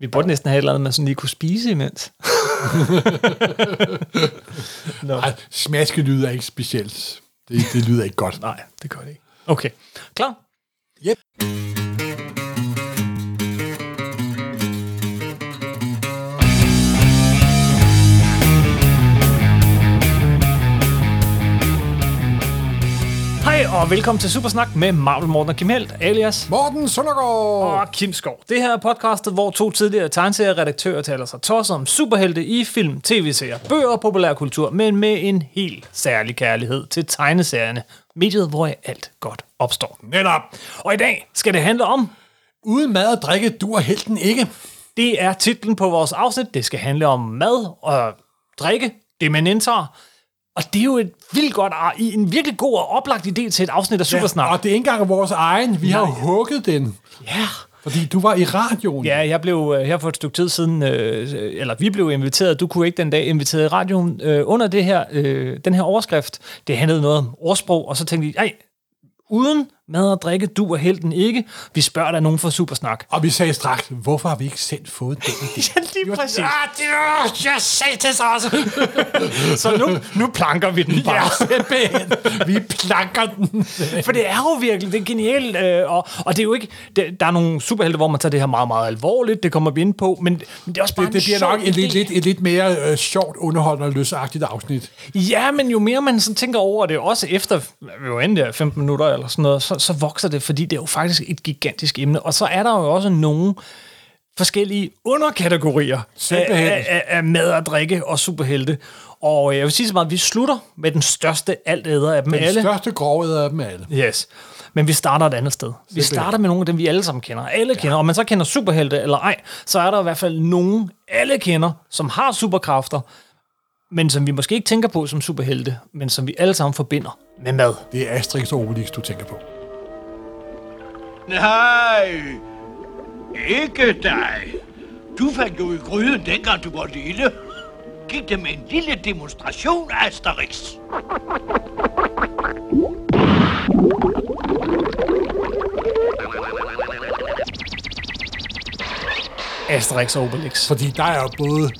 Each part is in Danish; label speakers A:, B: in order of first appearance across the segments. A: Vi burde næsten have et eller andet, man sådan lige kunne spise imens. Nå.
B: Ej, smaske lyder ikke specielt. Det, det lyder ikke godt.
A: Nej, det gør det ikke. Okay, klar.
B: Yep.
A: Hej og velkommen til Supersnak med Marvel Morten og Kim Helt, alias
B: Morten Søndergaard!
A: og Kim Skov. Det her er podcastet, hvor to tidligere tegneserieredaktører taler sig tosset om superhelte i film, tv-serier, bøger og populærkultur, men med en helt særlig kærlighed til tegneserierne. Mediet, hvor alt godt opstår.
B: Netop!
A: Og i dag skal det handle om
B: Uden mad og drikke duer helten ikke.
A: Det er titlen på vores afsnit. Det skal handle om mad og drikke, det man indtager. Og det er jo et vildt godt, ar- i- en virkelig god og oplagt idé til et afsnit af Supersnak.
B: Og det er ikke engang vores egen. Vi har hugget den.
A: Ja.
B: Fordi du var i radioen.
A: Ja, jeg blev øh, her for et stykke tid siden, øh, eller vi blev inviteret, du kunne ikke den dag, inviteret i radioen øh, under det her, øh, den her overskrift. Det handlede noget om ordsprog, og så tænkte jeg, ej, uden mad og drikke, du og helten ikke. Vi spørger der nogen fra Supersnak.
B: Og vi sagde straks, hvorfor har vi ikke selv fået den idé?
A: Ja, lige præcis.
B: Ah, det var, jeg sagde det så også.
A: Så nu, nu planker vi den bare.
B: ja, simpelthen. Vi planker den.
A: For det er jo virkelig, det er genialt, øh, og, og det er jo ikke, det, der er nogle superhelte, hvor man tager det her meget, meget alvorligt, det kommer vi ind på, men, men det er også bare
B: Det, det bliver
A: sjov
B: nok et lidt,
A: idé.
B: lidt, et lidt mere øh, sjovt, underholdende og løsagtigt afsnit.
A: Ja, men jo mere man sådan tænker over det, også efter vi var inde der 15 minutter eller sådan noget, så, så vokser det, fordi det er jo faktisk et gigantisk emne, og så er der jo også nogle forskellige underkategorier af,
B: Simpelthen.
A: af, af, af mad og drikke og superhelte. Og øh, jeg vil sige så meget, at vi slutter med den største altæder af dem
B: Den
A: alle.
B: største grovhed af dem alle.
A: Yes. Men vi starter et andet sted. Vi starter med nogle af dem, vi alle sammen kender. Alle kender. Om man så kender superhelte eller ej, så er der i hvert fald nogen, alle kender, som har superkræfter, men som vi måske ikke tænker på som superhelte, men som vi alle sammen forbinder med mad.
B: Det er Asterix og Obelix, du tænker på.
C: Nej, ikke dig. Du fandt jo i gryden, dengang du var lille. Giv dem en lille demonstration, Asterix.
A: Asterix og Obelix.
B: Fordi der er jo både...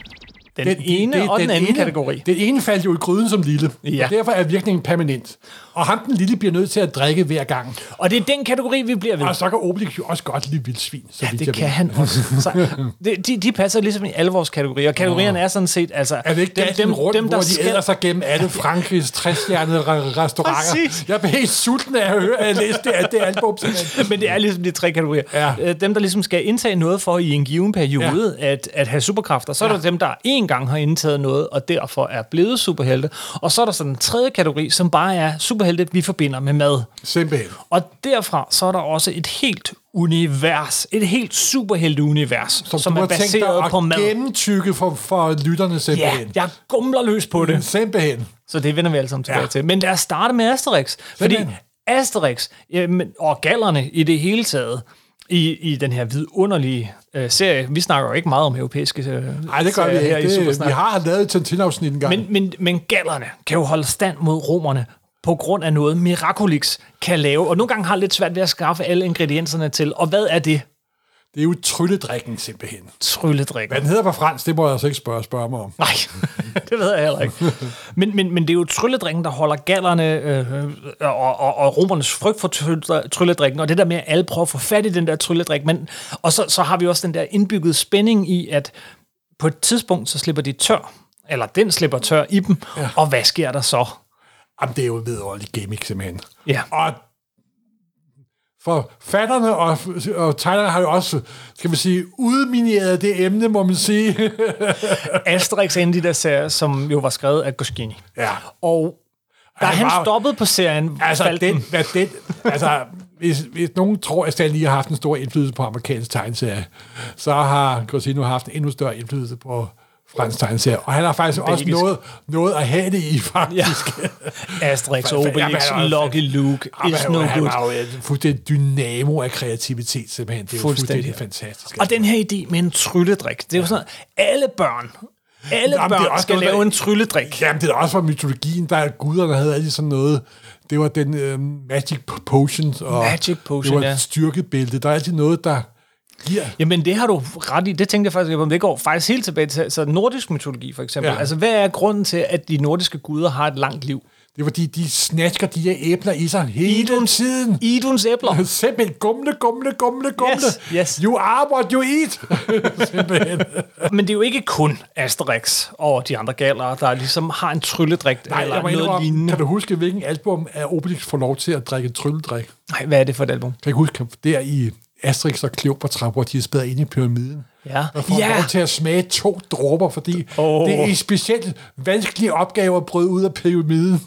A: Den, den ene det, og den, den anden ene, kategori.
B: Den ene faldt jo i gryden som lille,
A: Ja.
B: ja. og derfor er virkningen permanent. Og ham den lille bliver nødt til at drikke hver gang.
A: Og det er den kategori, vi bliver ved.
B: Og så kan Obelix jo også godt lide vildsvin, så ja, vidt
A: Det
B: jeg
A: kan
B: ved.
A: han også. Så, det, de, de passer ligesom i alle vores kategorier. Kategorierne er sådan set, altså...
B: Er det ikke dem, dem, rundt, dem, der hvor de
A: skal-
B: æder sig gennem alle Frankrigs 60-stjernede re- restauranter?
A: Præcis.
B: Jeg blev helt sulten af at høre, at jeg læste det, det album.
A: Men det er ligesom de tre kategorier.
B: Ja.
A: Øh, Dem, der ligesom skal indtage noget for i en given periode ja. at, at have superkræfter. Så er der dem, der én gang har indtaget noget, og derfor er blevet superhelte. Og så er der sådan en tredje kategori, som bare er superhelte, vi forbinder med mad.
B: Simpelthen.
A: Og derfra så er der også et helt univers, et helt superhelteunivers, som, som er
B: du har tænkt dig
A: baseret
B: at
A: på mad.
B: gennemtykke for, for lytterne
A: Ja,
B: simpelthen.
A: jeg gumler løs på det.
B: Simpelthen.
A: Så det vender vi alle sammen tilbage ja.
B: Ja.
A: til. Men lad os starte med Asterix. Fordi
B: Simpelthen.
A: Asterix jamen, og gallerne i det hele taget, i, i den her vidunderlige øh, serie, vi snakker jo ikke meget om europæiske øh,
B: Nej, det gør vi
A: serier her
B: ikke.
A: i
B: Det,
A: Supersnak.
B: vi har lavet et Tintin-afsnit engang.
A: Men, men, men gallerne kan jo holde stand mod romerne på grund af noget, Miraculix kan lave, og nogle gange har lidt svært ved at skaffe alle ingredienserne til. Og hvad er det?
B: Det er jo trylledrikken simpelthen.
A: Trylledrik.
B: Hvad den hedder på fransk, det må jeg altså ikke spørge, spørge mig om.
A: Nej, det ved jeg heller ikke. Men, men, men det er jo trylledrikken, der holder gallerne øh, øh, og, og, og romernes frygt for trylle- trylledrikken, og det der med, at alle prøver at få fat i den der trylledrik. Men, og så, så har vi også den der indbyggede spænding i, at på et tidspunkt, så slipper de tør, eller den slipper tør i dem, ja. og hvad sker der så?
B: Jamen, det er jo en vidunderlig gimmick simpelthen.
A: Ja.
B: Og forfatterne og, og tegnerne har jo også, skal man sige, udmineret det emne, må man sige.
A: Asterix er en af de der serier, som jo var skrevet af Goscinny.
B: ja.
A: Og da
B: Ej,
A: han
B: wow.
A: stoppede på serien,
B: Altså,
A: faldt
B: den, hvad den, altså hvis, hvis nogen tror, at Stan Lee har haft en stor indflydelse på amerikansk tegneserie, så har Cosino haft en endnu større indflydelse på fransk tegneserie. Og han har faktisk også
A: Belgisk.
B: noget, noget at have det i, faktisk. Ja.
A: Asterix,
B: Fa- fa- jamen,
A: Obelix,
B: han er-
A: Lucky Luke,
B: Jamen,
A: It's
B: han
A: No
B: var- han
A: Good.
B: var jo en fuldstændig dynamo af kreativitet, simpelthen. Det er jo
A: Fuldstændig.
B: fuldstændig, fantastisk.
A: Og den her idé med en trylledrik, det er jo sådan, alle børn, alle
B: Jamen, det er
A: børn
B: også
A: skal
B: noget,
A: lave
B: der-
A: en trylledrik.
B: Jamen, det er også fra mytologien, der er guderne havde altid sådan noget. Det var den øh, magic potions. Og
A: Magic potion,
B: Det var
A: ja.
B: et styrkebælte. Der er altid noget, der Gear.
A: Jamen det har du ret i. Det tænkte jeg faktisk ikke på, men det går faktisk helt tilbage til så nordisk mytologi for eksempel. Ja.
B: Ja.
A: Altså hvad er grunden til, at de nordiske guder har et langt liv?
B: Det er fordi, de snasker de her æbler i sig hele tiden.
A: Iduns æbler.
B: Simpelthen gumle, gumle, gumle, gumle.
A: Yes, yes.
B: You are what you eat. Simpelthen.
A: Men det er jo ikke kun Asterix og de andre gallere, der ligesom har en trylledrik
B: Nej,
A: eller
B: jeg må
A: noget
B: indrømme,
A: lignende.
B: kan du huske, hvilken album er Obelix får lov til at drikke en trylledrik? Kan
A: Nej, hvad er det for et album?
B: jeg ikke huske, der i Asterix og Kleopatra, hvor de er spædet ind i pyramiden.
A: Ja.
B: Der får
A: Ja.
B: lov til at smage to dråber, fordi
A: Åh.
B: oh. det er en specielt vanskelig opgave at bryde ud af pyramiden.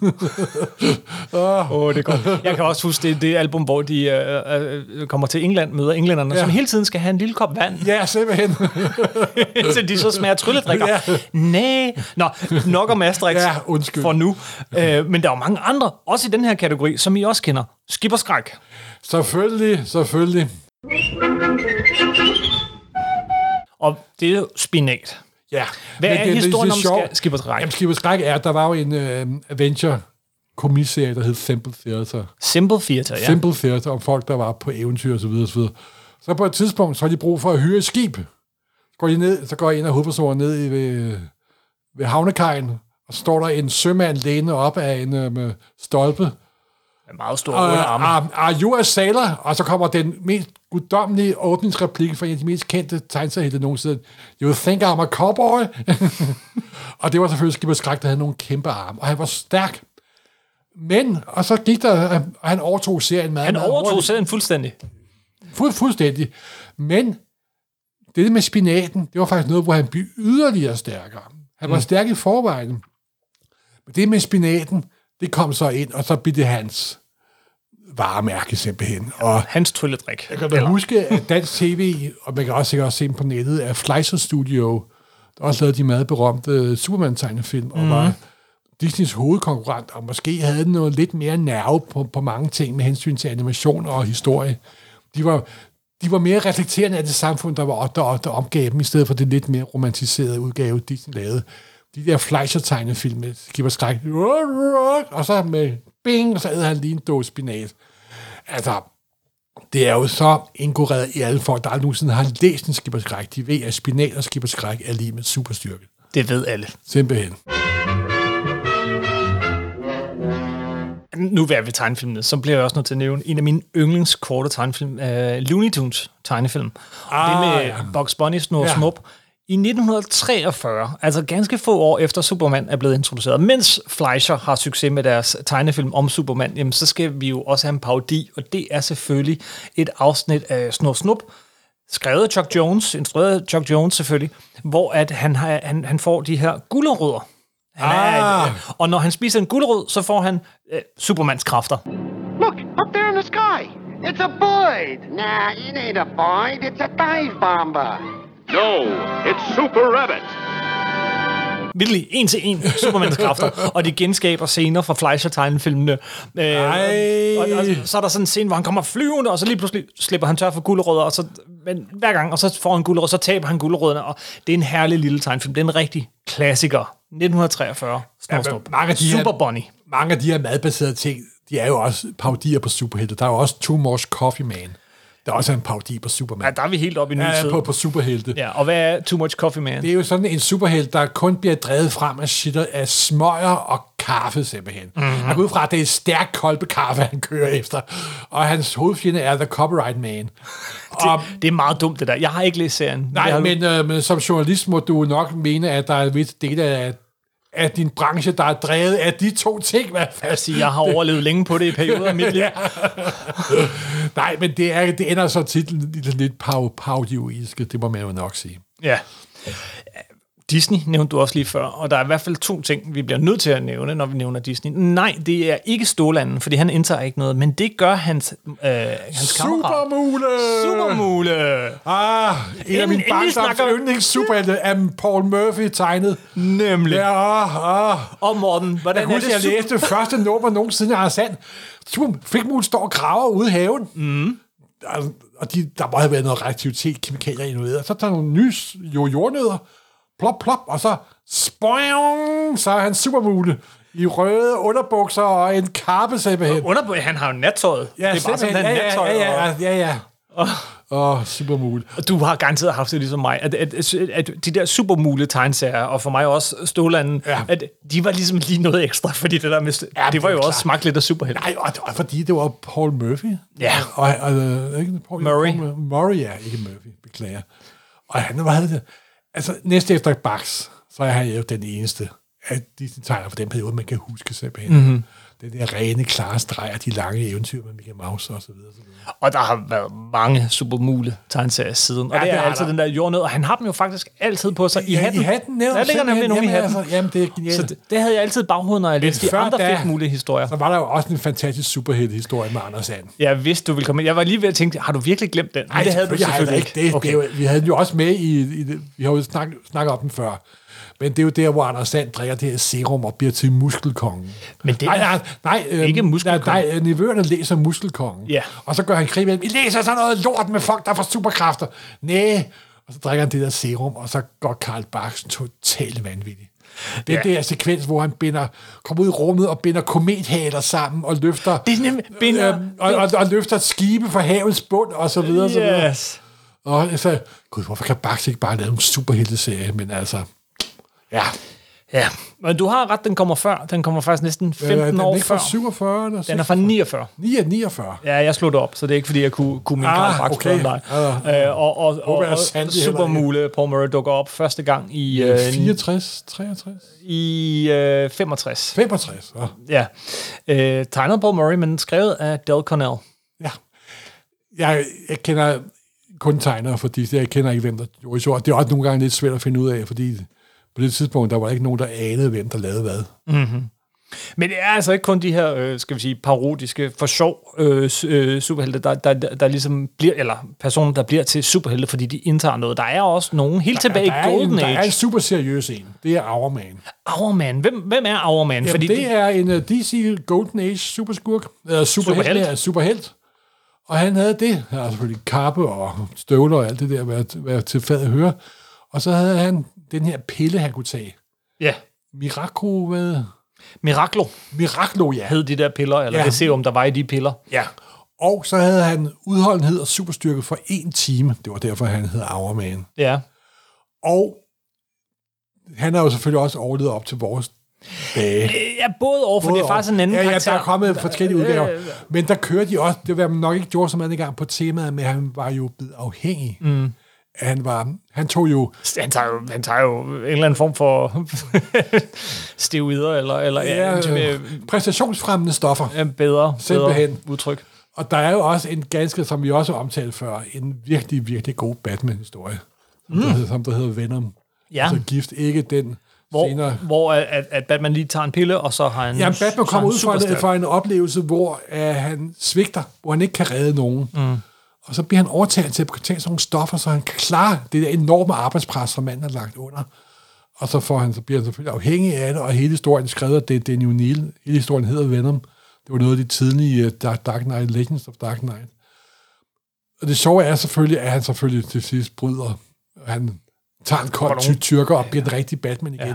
A: Åh, oh, det er godt. Jeg kan også huske det, det album, hvor de øh, øh, kommer til England, møder englænderne, ja.
B: Ja.
A: som hele tiden skal have en lille kop vand,
B: ja, simpelthen.
A: indtil de så smager trylledrikker.
B: Ja.
A: Næh. Nå, nok om Asterix
B: Ja, undskyld.
A: for nu. Øh, men der er jo mange andre, også i den her kategori, som I også kender. Skip og skræk.
B: selvfølgelig, selvfølgelig.
A: Og det er jo spinat.
B: Ja.
A: Hvad
B: Men
A: er
B: det- det-
A: historien
B: det
A: om
B: sjovt.
A: Ska- Skip og Skræk?
B: Jamen, Skip og Skræk er, at der var jo en øh, adventure komiserie, der hed Simple Theater.
A: Simple Theater,
B: Ja.
A: ja.
B: Simple Theater om folk, der var på eventyr osv. Så, videre, så, videre. så på et tidspunkt, så har de brug for at hyre et skib. Så går, de ned, så går en af hovedpersonerne ned i, ved, ved havnekajen, og så står der en sømand læne op af en øh, stolpe,
A: Med meget store
B: og
A: røde arme.
B: are, are you a sailor? Og så kommer den mest guddommelige åbningsreplik fra en af de mest kendte tegneseriehelte nogensinde. You think I'm a cowboy? og det var selvfølgelig Skipper Skræk, der havde nogle kæmpe arme, og han var stærk. Men, og så gik der, og han overtog serien med.
A: Han
B: med-
A: overtog serien fuldstændig.
B: Fu- fuldstændig. Men det med spinaten, det var faktisk noget, hvor han blev yderligere stærkere. Han var mm. stærk i forvejen. Men det med spinaten, det kom så ind, og så blev det hans varemærke simpelthen. Og
A: Hans trylledrik.
B: jeg kan da huske, at dansk tv, og man kan også sikkert også se dem på nettet, er Fleischer Studio, der også lavede de meget berømte Superman-tegnefilm, og var Disneys hovedkonkurrent, og måske havde den noget lidt mere nerve på, på mange ting med hensyn til animation og historie. De var, de var mere reflekterende af det samfund, der var der, der omgav dem, i stedet for det lidt mere romantiserede udgave, Disney lavede. De der Fleischer-tegnefilm med Skipper Skræk, og så med bing, og så havde han lige en dåse spinat. Altså, det er jo så indkoreret i alle folk, der aldrig nogensinde har læst en skibberskræk. De ved, at spinat og skibberskræk er lige med superstyrke.
A: Det ved alle.
B: Simpelthen.
A: Nu er vi ved tegnefilmene, så bliver jeg også nødt til at nævne en af mine yndlings korte tegnefilm, uh, Looney Tunes tegnefilm. Ah, det med
B: ja.
A: Bugs Bunny, Snor ja.
B: Ja.
A: Snup. I 1943, altså ganske få år efter Superman er blevet introduceret, mens Fleischer har succes med deres tegnefilm om Superman, jamen så skal vi jo også have en parodi, og det er selvfølgelig et afsnit af Snor Snup, skrevet af Chuck Jones, instrueret af Chuck Jones selvfølgelig, hvor at han, har, han, han får de her gulerødder. Han er
B: Ah.
A: et, og når han spiser en gulerod, så får han øh, Supermans kræfter.
D: Look, up there in the sky. It's a Boyd. Nah, it ain't a Boyd. It's a dive bomber.
E: No, it's Super Rabbit.
A: Virkelig, en til en, Supermans kræfter. Og de genskaber scener fra Fleischer-tegnefilmene. Øh,
B: Ej.
A: og, og, og, så er der sådan en scene, hvor han kommer flyvende, og så lige pludselig slipper han tør for gulerødder, og så, men hver gang, og så får han gulerødder, så taber han gulerødderne, og det er en herlig lille tegnefilm. Det er en rigtig klassiker. 1943. Snor,
B: men
A: snor.
B: Altså, mange af de her-
A: Super Bunny.
B: Mange af de her madbaserede ting, de er jo også parodier på superhelte. Der er jo også Too Much Coffee Man. Der er også en parodi på
A: Ja,
B: Superman.
A: der er vi helt oppe i ny
B: Ja,
A: tid.
B: på, på superhelte.
A: Ja, og hvad er Too Much Coffee Man?
B: Det er jo sådan en superhelt, der kun bliver drevet frem af, shitter, af smøger og kaffe simpelthen.
A: Mhm.
B: Mm-hmm. Han går ud fra, at det er stærk kolbe kaffe, han kører efter. Og hans hovedfjende er The Copyright Man. og,
A: Det er meget dumt, det der. Jeg har ikke læst serien. men jeg
B: Nej,
A: har...
B: men, øh, men som journalist må du nok mene, at der er visse dele af, af din branche, der er drevet af de to ting i hvert fald.
A: Altså, jeg har overlevet længe på det i perioder af mit liv.
B: Nej, men det, er, det ender så tit lidt, lidt pav, pavdioiske, det må man jo nok sige.
A: Ja. Disney nævnte du også lige før, og der er i hvert fald to ting, vi bliver nødt til at nævne, når vi nævner Disney. Nej, det er ikke Stålanden, fordi han indtager ikke noget, men det gør hans, øh, hans kammerat.
B: Supermule!
A: Supermule!
B: Ah, en af
A: Inden-
B: mine
A: inden vi
B: barndoms
A: snakker-
B: yndlingssuperhelte er Paul Murphy tegnet.
A: Nemlig.
B: Ja, ah, ah.
A: Og Morten, hvordan
B: Jeg
A: er
B: husker,
A: det?
B: jeg
A: Super-
B: læste første nummer nogensinde af Sand. Flikmulen står og graver ude i haven. Mm. Der, og de, der må have været noget reaktivitet, kemikalier involveret. Så tager nogle nye s- jo jordnødder, plop, plop, og så spoing, så er han supermule i røde underbukser og en kappe simpelthen.
A: Underbo- han har jo nattøjet.
B: Ja,
A: det er bare sådan,
B: simpelthen.
A: han
B: ja, ja,
A: nattøj.
B: ja, ja, ja, ja. Åh, supermule.
A: Du har garanteret haft det ligesom mig, at, at, at, at de der supermule tegneserier, og for mig også Stålanden,
B: Ja.
A: ja. at de var ligesom lige noget ekstra, fordi det der med, ja, det var
B: det er
A: jo
B: klart.
A: også smagt lidt af superhelt.
B: Nej, og, og fordi det var Paul Murphy.
A: Ja.
B: Og, og, og ikke Paul,
A: Murray.
B: Paul, Mur- Murray, ja, ikke Murphy, beklager. Og han var havde det. Altså, næste efter Bax, så er han jo den eneste af Disney tegner fra den periode, man kan huske simpelthen.
A: Mhm.
B: Mm-hmm. Den der rene, klare streg og de lange eventyr med Mickey Mouse og så videre. og Så videre.
A: Og der har været mange supermule tegneserier siden. Og
B: Ja,
A: ja, det
B: det
A: er
B: har
A: altid
B: der.
A: den der jordnød, og han har dem jo faktisk altid på sig i
B: Ja,
A: hatten.
B: i hatten, nævnt,
A: der ligger
B: simpelthen.
A: nemlig nogen i
B: Jamen,
A: hatten.
B: altså, jamen, det er genialt.
A: Så det, det havde jeg altid i baghovedet, når jeg læste de
B: før
A: andre
B: da-
A: fedt mulige historier.
B: Så var der jo også en fantastisk superhelte-historie med Anders Sand.
A: Jeg vidste, du ville komme ind. Jeg var lige ved at tænke, har du virkelig glemt den? Nej, det havde du selvfølgelig
B: jeg
A: ikke.
B: havde da Det, okay. det, er jo- vi havde den jo også med i, i det, vi har jo snakket, snakket om den før. Men det er jo der, hvor Anders Sand drikker det her serum og bliver til muskelkongen.
A: Men det er-
B: nej, nej, nej, øhm,
A: Ikke muskelkongen.
B: Nej, nej nevøerne læser muskelkongen.
A: Ja.
B: Og så gør han krig med dem. I læser sådan noget lort med folk, der får superkræfter. Næh. Og så drikker han det der serum, og så går Karl Bachs totalt vanvittig. Det er ja.
A: Ja.
B: der sekvens, hvor han binder, kommer ud i rummet og binder komethaler sammen og løfter,
A: Det er nemlig- binder-
B: øhm, og, og, og, løfter skibe fra havets bund og så videre. og Så videre.
A: Yes.
B: Og jeg sagde, gud, hvorfor kan Bax ikke bare lave en superhelteserie? Men altså, ja.
A: Ja, men du har ret, den kommer før. Den kommer faktisk næsten 15
B: Øh, den
A: år
B: er ikke
A: før.
B: fra 47 eller
A: Den er
B: 6?
A: fra 49.
B: 49.
A: Ja, jeg slog det op, så det er ikke, fordi jeg kunne, kunne min
B: Ah,
A: Karl Marx
B: okay.
A: bedre end dig.
B: Ah.
A: Øh, og og, og,
B: Håber, jeg
A: og
B: sandelig heller ikke.
A: supermule Paul Murray dukker op første gang i, øh,
B: 64, 63,
A: i øh, 65.
B: 65. Ja.
A: Ja. Øh, tegnet af Paul Murray, men skrevet af Del Cornell.
B: ja. Jeg, jeg kender kun tegnere for Disney. Jeg kender ikke, hvem der gjorde sjovt. Det er også nogle gange lidt svært at finde ud af, fordi på det tidspunkt, der var ikke nogen, der anede, hvem der lavede hvad.
A: Men det er altså ikke kun de her, øh, skal vi sige, parodiske, for sjov øh, su- øh, superhelte, der, der, der, der ligesom bliver, eller personer, der bliver til superhelte, fordi de indtager noget. Der er også nogen helt tilbage
B: der,
A: i
B: er en,
A: Golden
B: der er en
A: Age.
B: super seriøs en. Det er Hourman.
A: Hourman. Hvem, hvem er Hourman?
B: Jamen,
A: Fordi
B: Fordi det er en uh, DC Golden Age superskurk, eller superhelt,
A: Superhelt.
B: ja, superhelt. Og han havde det, han havde selvfølgelig kappe og støvler og alt det der, hvad, hvad til fad at høre. Og så havde han den her pille, han kunne tage.
A: Ja.
B: Miraco, hvad?
A: Miraclo
B: Miraclo, ja.
A: hed de der piller, eller
B: Ja.
A: ja. det serum, der var i de piller.
B: ja. Og så havde han udholdenhed og superstyrke for en time. Det var derfor, han hed Hourman.
A: Ja.
B: Og han har jo selvfølgelig også overlevet op til vores dage.
A: Ja, både over, for det er
B: Både
A: faktisk
B: og.
A: en anden
B: ja,
A: karakter.
B: Ja, der er kommet forskellige udgaver. Men der kører de også, det var man nok ikke gjort så meget dengang på temaet, men han var jo blevet afhængig. Mm. Han, var, han tog jo,
A: Han tager, jo, han tager jo en eller anden form for steroider, eller, eller ja,
B: ja,
A: ja, øh,
B: øh, præstationsfremmende stoffer.
A: øh, bedre, bedre
B: Simpelthen.
A: udtryk.
B: Og der er jo også en ganske, som vi også omtalte før, en virkelig, virkelig god Batman-historie, mm. der hedder, som der hedder Venom.
A: Ja.
B: Altså gift, ikke den
A: Hvor,
B: senere.
A: hvor at, at Batman lige tager en pille, og så har han...
B: Ja, Batman
A: så har
B: kommer
A: han
B: ud fra en,
A: superstærk.
B: fra en oplevelse, hvor uh, han svigter, hvor han ikke kan redde nogen. Mm. Og så bliver han overtalt til at tage sådan nogle stoffer, så han kan klare det der enorme arbejdspres, som manden har lagt under. Og så, får han, så bliver han selvfølgelig afhængig af det, og hele historien er skrevet, det er Daniel Neal. Hele historien hedder Venom. Det var noget af de tidlige uh, Dark, Dark Knight, Legends of Dark Knight. Og det sjove er selvfølgelig, at han selvfølgelig til sidst bryder. Han tager en kold ty tyrker og bliver den rigtige Batman igen. Ja.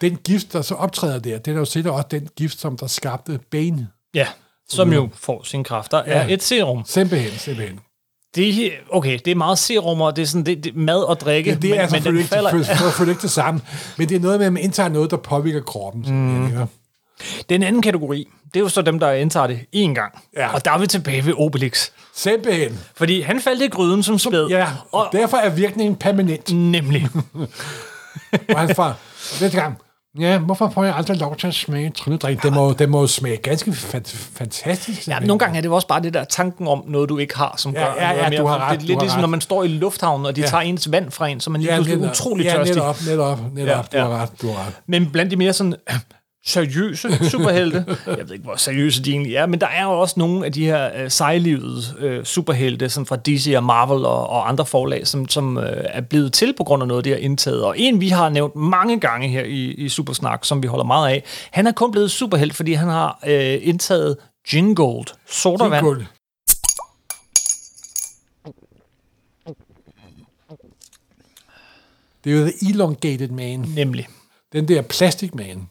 B: Den gift, der så optræder der, det er jo sikkert også den gift, som der skabte Bane.
A: Ja, som jo får sine kræfter, ja. er
B: Mm. Ja.
A: et serum.
B: Simpelthen, simpelthen.
A: Det, er- okay, det er meget serum, og det er sådan det, det, mad og drikke,
B: Ja, det er altså
A: men, men
B: selvfølgelig
A: den
B: ikke, det,
A: falder,
B: for, for, for, ikke det samme. Men det er noget med, at man indtager noget, der påvirker kroppen. Mm. Ikke?
A: Den anden kategori, det er jo så dem, der indtager det én gang.
B: Ja.
A: Og der er vi tilbage ved Obelix.
B: Simpelthen.
A: Fordi han faldt i gryden som spæd.
B: Ja, og
A: og
B: derfor er virkningen permanent.
A: Nemlig. Mm.
B: Og han far, næste gang, ja, hvorfor får jeg aldrig lov til at smage trylledrik? Det må, det må jo smage ganske fa- fantastisk.
A: Ja,
B: simpelthen.
A: nogle gange er det jo også bare det der tanken om noget, du ikke har, som
B: Ja,
A: gør
B: ja, ja,
A: noget mere.
B: du har
A: det
B: ret, du
A: er lidt
B: har
A: ligesom,
B: ret.
A: når man står i lufthavnen, og de
B: Ja.
A: ja. tager ens vand fra en, så man lige ja, pludselig er utrolig
B: ja,
A: tørstig.
B: netop, netop, netop. Ja,
A: Ja,
B: Du har
A: ja.
B: ret, du har ret.
A: Men blandt de mere sådan seriøse superhelte, jeg ved ikke, hvor seriøse de egentlig er, men der er jo også nogle af de her øh, sejlivede øh, superhelte, sådan fra DC og Marvel og, og andre forlag, som, som øh, er blevet til på grund af noget, de har indtaget. Og en, vi har nævnt mange gange her i, i Supersnak, som vi holder meget af, han er kun blevet superhelt, fordi han har øh, indtaget Gingold,
B: Det er
A: sodavand.
B: guld. Det er jo The Elongated Man,
A: Nemlig.
B: den der Plastic Man,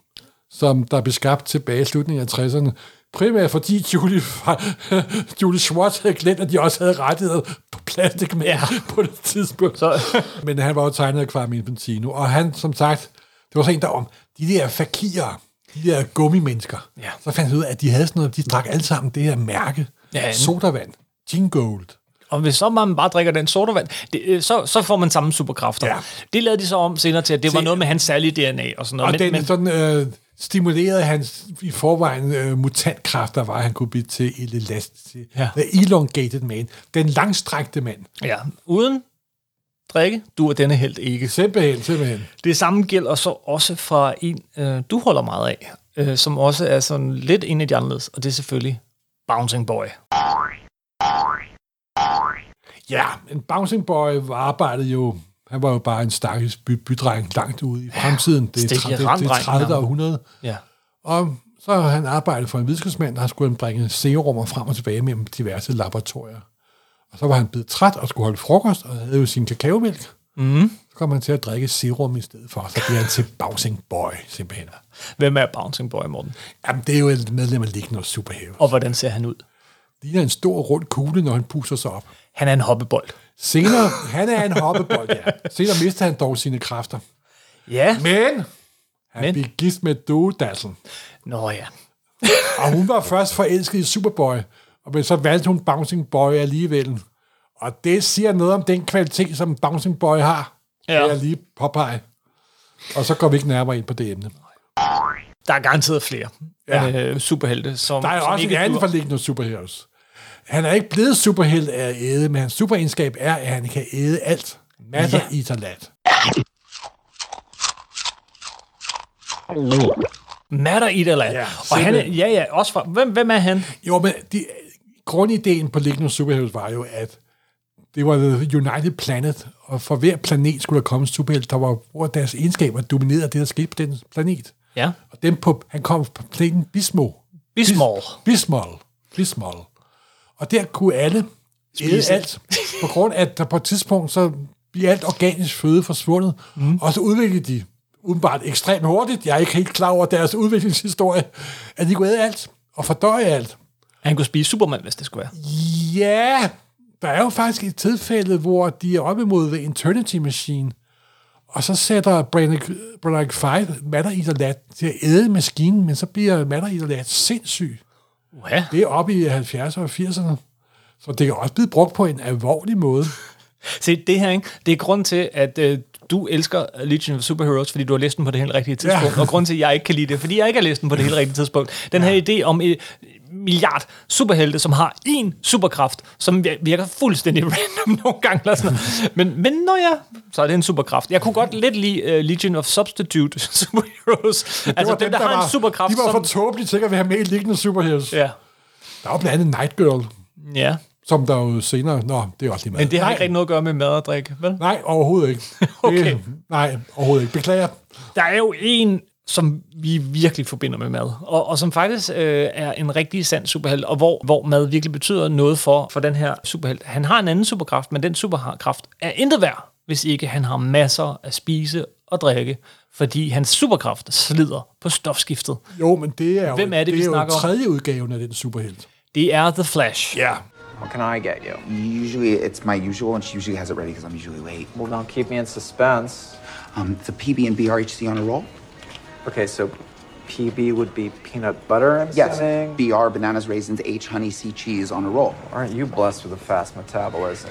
B: som der blev skabt tilbage i slutningen af 60'erne. Primært fordi Julie, Julie Schwartz havde glemt, at de også havde rettigheder plastik med ja. på det tidspunkt. Så. Men han var jo tegnet af Kwame Infantino, og han, som sagt, det var så en der om, de der fakirer, de der gummimennesker,
A: Ja.
B: så fandt han ud af, at de havde sådan noget, de drak alle sammen det her mærke,
A: Ja,
B: ja,
A: en-
B: sodavand, gin gold.
A: Og hvis så man bare drikker den sodavand, det, øh, så, så får man samme superkræfter. Ja.
B: Ja.
A: Det lavede de så om senere til, at det Se, var
B: Se-
A: noget med hans særlige DNA og sådan noget.
B: Og men, den men, sådan, øh, stimulerede hans i forvejen øh, mutantkræft, der var, at han kunne blive til et elastisk,
A: Ja.
B: ja. elongated man, den langstrakte mand.
A: ja, uden drikke, du er denne helt ikke.
B: Simpelthen, simpelthen.
A: Det samme gælder så også fra en, øh, du holder meget af, øh, som også er sådan lidt en af de anderledes, og det er selvfølgelig Bouncing Boy.
B: Ja, en bouncing boy var- arbejdede jo, han var jo bare en stakkels by, bydreng langt ude i fremtiden. Det er,
A: stik i
B: tra- det, det er
A: randdreng,
B: 30
A: nærmest.
B: århundrede.
A: Ja.
B: Og så har han arbejdet for en videnskabsmand, og han skulle han bringe serummer frem og tilbage mellem diverse laboratorier. Og så var han blevet træt og skulle holde frokost, og havde jo sin kakaomælk. Mm. Så kom han til at drikke serum i stedet for, og så bliver han til bouncing boy, simpelthen.
A: Hvem er Bouncing Boy, Morten?
B: Jamen, det er jo et medlem af Lignende Superhero.
A: Og hvordan ser han ud?
B: Ligner en stor rund kugle, når han puster sig op.
A: Han er en hoppebold.
B: Senere, han er en hoppebold, ja. Senere mister han dog sine kræfter.
A: Ja.
B: Men han
A: Men?
B: Men. blev gift med Dodassen.
A: Nå ja.
B: Og hun var først forelsket i Superboy, og men så valgte hun Bouncing Boy alligevel. Og det siger noget om den kvalitet, som Bouncing Boy har.
A: Ja.
B: Ja. Vil jeg lige påpege. Og så går vi ikke nærmere ind på det emne.
A: Der er garanteret flere ja.
B: Ja.
A: øh, superhelte, som,
B: Der er
A: som
B: også et andet forliggende superheroes. Han er ikke blevet superhelt af at æde, men hans superegenskab er, at han kan æde alt. Masser
A: Ja.
B: ja. i talat.
A: Matter Idala.
B: Ja,
A: Ja, og han er,
B: simpelthen.
A: ja, ja, også fra, hvem, hvem er han?
B: Jo, men de, grundideen på Lignum Superheroes var jo, at det var The United Planet, og for hver planet skulle der komme en superhelt, der var, hvor deres egenskaber dominerede det, der skete på den planet.
A: Ja.
B: Og dem på, han kom på planeten Bismo.
A: Bismol.
B: Bismol. Bismol. Og der kunne alle æde alt, på grund af, at der på et tidspunkt, så bliver alt organisk føde forsvundet, mm. og så udviklede de udenbart ekstremt hurtigt, jeg er ikke helt klar over deres udviklingshistorie, at de kunne æde alt og fordøje alt.
A: Han kunne spise Superman, hvis det skulle være.
B: Ja, der er jo faktisk et tilfælde, hvor de er op imod The Eternity Machine, og så sætter Branagh Fight Matter Eater Lad til at æde maskinen, men så bliver Matter Eater Lad sindssyg.
A: Uha.
B: Det er oppe i 70'erne og 80'erne. Så det kan også blive brugt på en alvorlig måde.
A: Se, det her, ikke? Det er grund til, at øh, du elsker Legion of Superheroes, fordi du har læst den på det helt rigtige tidspunkt, ja.
B: Ja.
A: og grund til, at jeg ikke kan lide det, fordi jeg ikke har læst den på det helt rigtige tidspunkt. Den ja. her idé om en milliard superhelte, som har én superkraft, som vir- virker fuldstændig random nogle gange. Eller sådan noget. Men, men når jeg, så er det en superkraft. Jeg kunne godt lidt lide uh, Legion of Substitute Superheroes. Ja, altså dem, der, har en superkraft,
B: De var for
A: som...
B: tåbelige til at være med i liggende superheroes. Ja.
A: Ja,
B: Der var blandt andet Nightgirl,
A: ja.
B: som der jo senere... Nå, det er også lige meget.
A: Men det har
B: nej,
A: ikke rigtig noget at gøre med mad og drik, vel?
B: Nej, overhovedet ikke.
A: Okay.
B: Det, nej, overhovedet ikke. Beklager.
A: Der er jo en, som vi virkelig forbinder med mad, og, og som faktisk øh, er en rigtig sand superhelt, og hvor, hvor mad virkelig betyder noget for, for den her superhelt. Han har en anden superkraft, men den superkraft er intet værd, hvis ikke han har masser at spise og drikke, fordi hans superkraft slider på stofskiftet.
B: Jo, men det er jo,
A: Hvem er det, vi
B: det er
A: snakker
B: jo
A: om?
B: tredje udgaven af den superhelt.
A: Det er The Flash.
B: Ja.
F: What can I get you?
G: Usually it's my usual, and she usually has it ready because I'm usually late.
F: Well, don't keep me in suspense.
G: Um, the PB and BRHC on a roll?
F: Okay, so PB would be peanut butter, I'm
G: Yes.
F: assuming?
G: BR bananas, raisins, H honey, C cheese on a roll.
F: Aren't you blessed with a fast metabolism?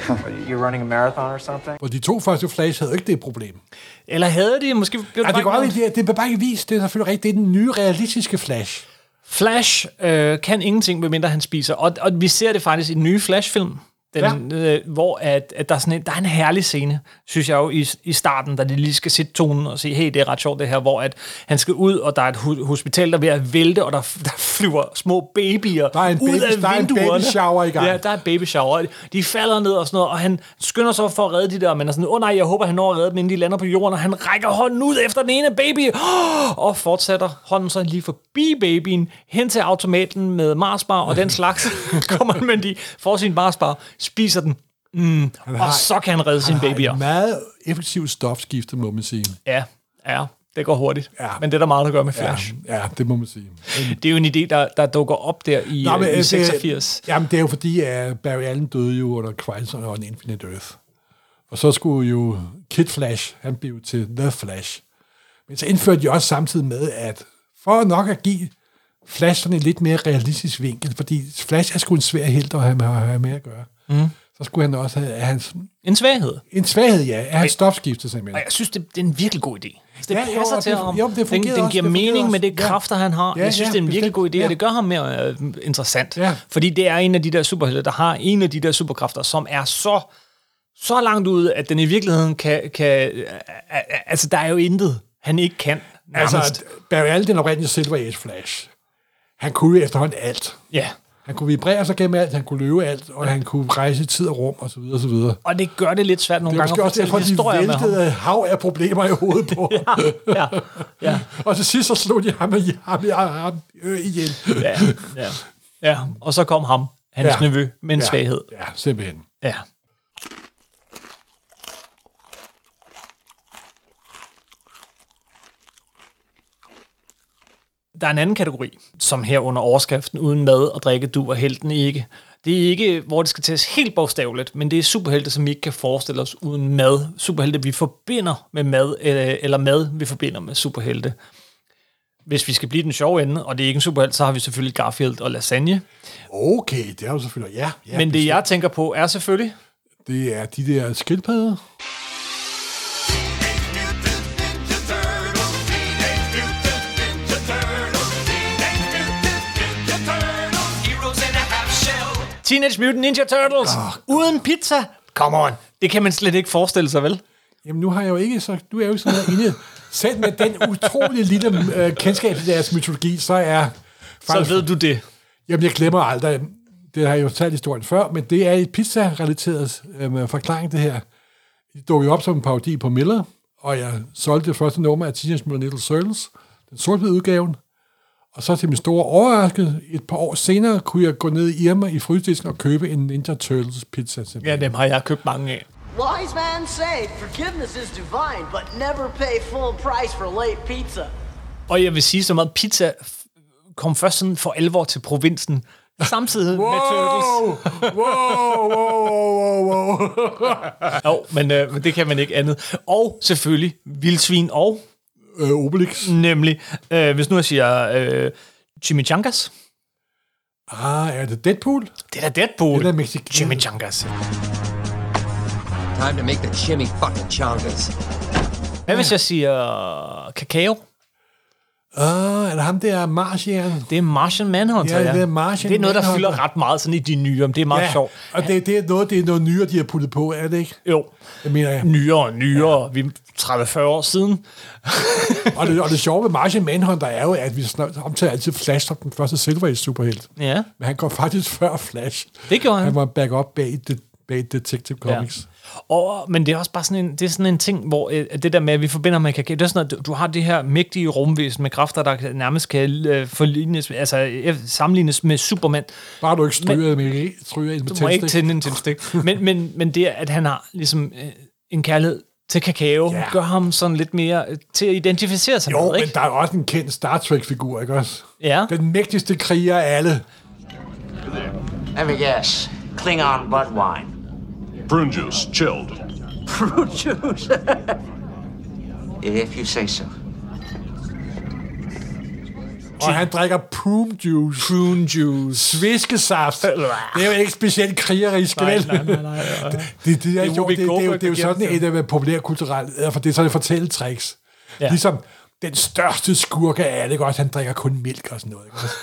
F: You're running a marathon or something?
B: For de to første Flash havde jo ikke det problem.
A: Eller havde de måske... blev
B: Ja,
A: bare
B: det, er
A: ikke
B: godt,
A: noget.
B: det, er- det bliver bare ikke vist. Det er selvfølgelig rigtigt. Det er den nye realistiske Flash.
A: Flash øh, kan ingenting, medmindre han spiser. Og, og vi ser det faktisk i den nye Flash-film, den, ja. øh, hvor at, at der, er sådan en, der er en herlig scene, synes jeg jo, i, i starten, da de lige skal sætte tonen og sige, hey, det er ret sjovt det her, hvor at han skal ud, og der er et hu- hospital, der er ved at vælte, og der, f- der flyver små babyer
B: Der er en
A: ud
B: baby-
A: af
B: der er en
A: vinduerne.
B: babyshower i gang.
A: Ja, der er baby shower. De falder ned og sådan noget, og han skynder sig for at redde de der, men er sådan, åh oh, nej, jeg håber, han når at redde dem, inden de lander på jorden, og han rækker hånden ud efter den ene baby, og fortsætter hånden så lige forbi babyen, hen til automaten med Marsbar og den slags. Kommer han med de, får sin Marsbar, spiser den, mm, og
B: har-
A: så kan han redde sine
B: Det er
A: babyer.
B: et meget effektivt stofskifte, må man sige.
A: Ja, ja. Det går hurtigt.
B: Ja.
A: Men det er der meget, der gør med
B: Ja,
A: Flash.
B: ja, det må man sige.
A: Det er jo en idé, der, der dukker op der i, Nå, men, i
B: altså,
A: 86.
B: Jamen, det er jo fordi, at Barry Allen døde jo under Crisis on Infinite Earth. Og så skulle jo Kid Flash, han blev til The Flash. Men så indførte de også samtidig med, at for nok at give Flash sådan en lidt mere realistisk vinkel, fordi Flash er sgu en svær held at have med, at have med at gøre. Mm. Så skulle han også have, have hans,
A: En svaghed.
B: en svaghed, ja, af hans stofskifte simpelthen.
A: Og jeg synes, det, det er en virkelig god idé. Altså, det
B: Ja,
A: ja,
B: jo,
A: passer
B: og
A: til
B: det-
A: ham.
B: jo, det
A: den,
B: fungerede
A: den
B: også,
A: giver
B: det fungerede
A: mening med
B: også.
A: det
B: Ja.
A: kræfter, han har.
B: Ja,
A: Ja, jeg synes,
B: ja,
A: det er en virkelig
B: bestemt.
A: god idé, ja.
B: Ja.
A: og det gør ham mere øh, interessant.
B: Ja.
A: Fordi det er en af de der superhelte, der har en af de der superkræfter, som er så så langt ude, at den i virkeligheden kan... kan øh, øh, øh, altså, der er jo intet, han ikke kan. Nærmest.
B: altså,
A: Altså,
B: Barry Allen, den oprindelige Silver Age Flash, han kunne jo efterhånden alt.
A: ja.
B: Han kunne vibrere sig gennem alt, han kunne løbe alt, og han kunne rejse i tid og rum og så videre, og så videre.
A: Og det gør det lidt svært
B: Det
A: nogle
B: er
A: gange
B: måske også derfor, de
A: med
B: væltede hav af problemer i hovedet på. ja.
A: ham. Ja, ja.
B: Og til sidst så slog de ham i ham, i ham øh, ihjel.
A: ja, ja. ja, og så kom ham, hans
B: Ja.
A: ja. nevø, med en ja. svaghed.
B: Ja, ja simpelthen.
A: Ja. Der er en anden kategori, som her under overskriften uden mad og drikke du og helten ikke. Det er ikke, hvor det skal tages helt bogstaveligt, men det er superhelte, som vi ikke kan forestille os uden mad. Superhelte, vi forbinder med mad, eller, eller mad, vi forbinder med superhelte. Hvis vi skal blive den sjove ende, og det er ikke en superhelt, så har vi selvfølgelig Garfield og lasagne.
B: Okay, det er jo selvfølgelig, ja. ja
A: men det, jeg tænker på, er selvfølgelig
B: det er de der skildpadder.
A: Teenage Mutant Ninja Turtles oh, uden pizza. Come on. Det kan man slet ikke forestille sig, vel?
B: Jamen nu har jeg jo ikke så, nu er jeg jo ikke sådan noget inde. Selv med den utrolig lille øh, kendskab til deres mytologi, så er
A: Så
B: faktisk
A: ved du det.
B: Jamen, jeg glemmer aldrig, det har jeg jo talt historien før, men det er et pizza-relateret øhm, forklaring, det her. Det dukkede jo op som en parodi på Miller, og jeg solgte det første nummer af Teenage Mutant Little Turtles, den sorte udgaven, og så til min store overraskelse, et par år senere, kunne jeg gå ned i Irma i frysedisken og købe en Ninja Turtles pizza.
A: Ja,
B: Simpelthen.
A: dem har jeg købt mange af.
H: Wise man say forgiveness is divine, but never pay full price for late pizza.
A: Og jeg vil sige så meget, pizza f- kom først sådan for alvor til provinsen. Samtidig med Turtles.
B: wow, wow, wow, wow, wow.
A: Jo, men, øh, men det kan man ikke andet. Og selvfølgelig vildsvin og
B: Øh, Obelix.
A: nemlig, øh, hvis nu jeg siger øh, chimichangas.
B: Ah, er det Deadpool?
A: Det er da Deadpool.
B: Det er da Mexican.
A: Chimichangas.
I: Time to make the chimmy fucking chongas.
A: Hvad hvis jeg siger kakao?
B: Ah, er det ham der Martian?
A: Det er Martian Manhunter,
B: Ja, det er Martian
A: Det er noget, der
B: Manhunter.
A: fylder ret meget sådan i de nye, om det er meget ja. sjovt.
B: og det, det, er noget, det er noget nyere, de har puttet på, er det ikke?
A: Jo,
B: Det mener jeg.
A: nyere og nyere. Ja. Vi er 30-40 år siden.
B: Og det, og det sjove ved Martian Manhunter er jo, at vi snart omtaler altid Flash som den første Silver Age superhelt.
A: Ja.
B: Men han går faktisk før Flash.
A: Det gjorde han.
B: Han var backup bag, det, bag Detective Comics.
A: Og, men det er også bare sådan en, det er sådan en ting, hvor øh, det der med, at vi forbinder med kakao, det er sådan noget, du, du har det her mægtige rumvæsen med kræfter, der kan- nærmest kan øh, forlignes, altså øh, sammenlignes med Superman.
B: Bare du ikke stryger med, stryger ind med
A: Du må ikke
B: tændstik.
A: tænde en tændstik. men, men, men det, at han har ligesom øh, en kærlighed til kakao,
B: Ja.
A: yeah. gør ham sådan lidt mere øh, til at identificere sig
B: Jo,
A: med,
B: men
A: ikke?
B: der er også en kendt Star Trek-figur, ikke også?
A: Ja.
B: Den mægtigste kriger af alle.
H: Let me guess. Klingon blood wine.
E: Prune juice, chilled.
H: Fruit juice. if you say so.
B: Og han drikker prune juice. Prune juice. Sviskesaft. Det er jo ikke specielt krigerisk,
A: Nej,
B: vel?
A: nej, nej, nej, nej.
B: Det, det, er,
A: er
B: jo, det,
A: Whoopi
B: det, er jo, det er jo
A: Goldberg, der
B: sådan
A: giver
B: et af de populære kulturelle, ja, for det er sådan et fortælletricks. Ja.
A: Ja.
B: Ligesom den største skurke af alle, ikke også? Han drikker kun mælk og sådan noget, ikke også?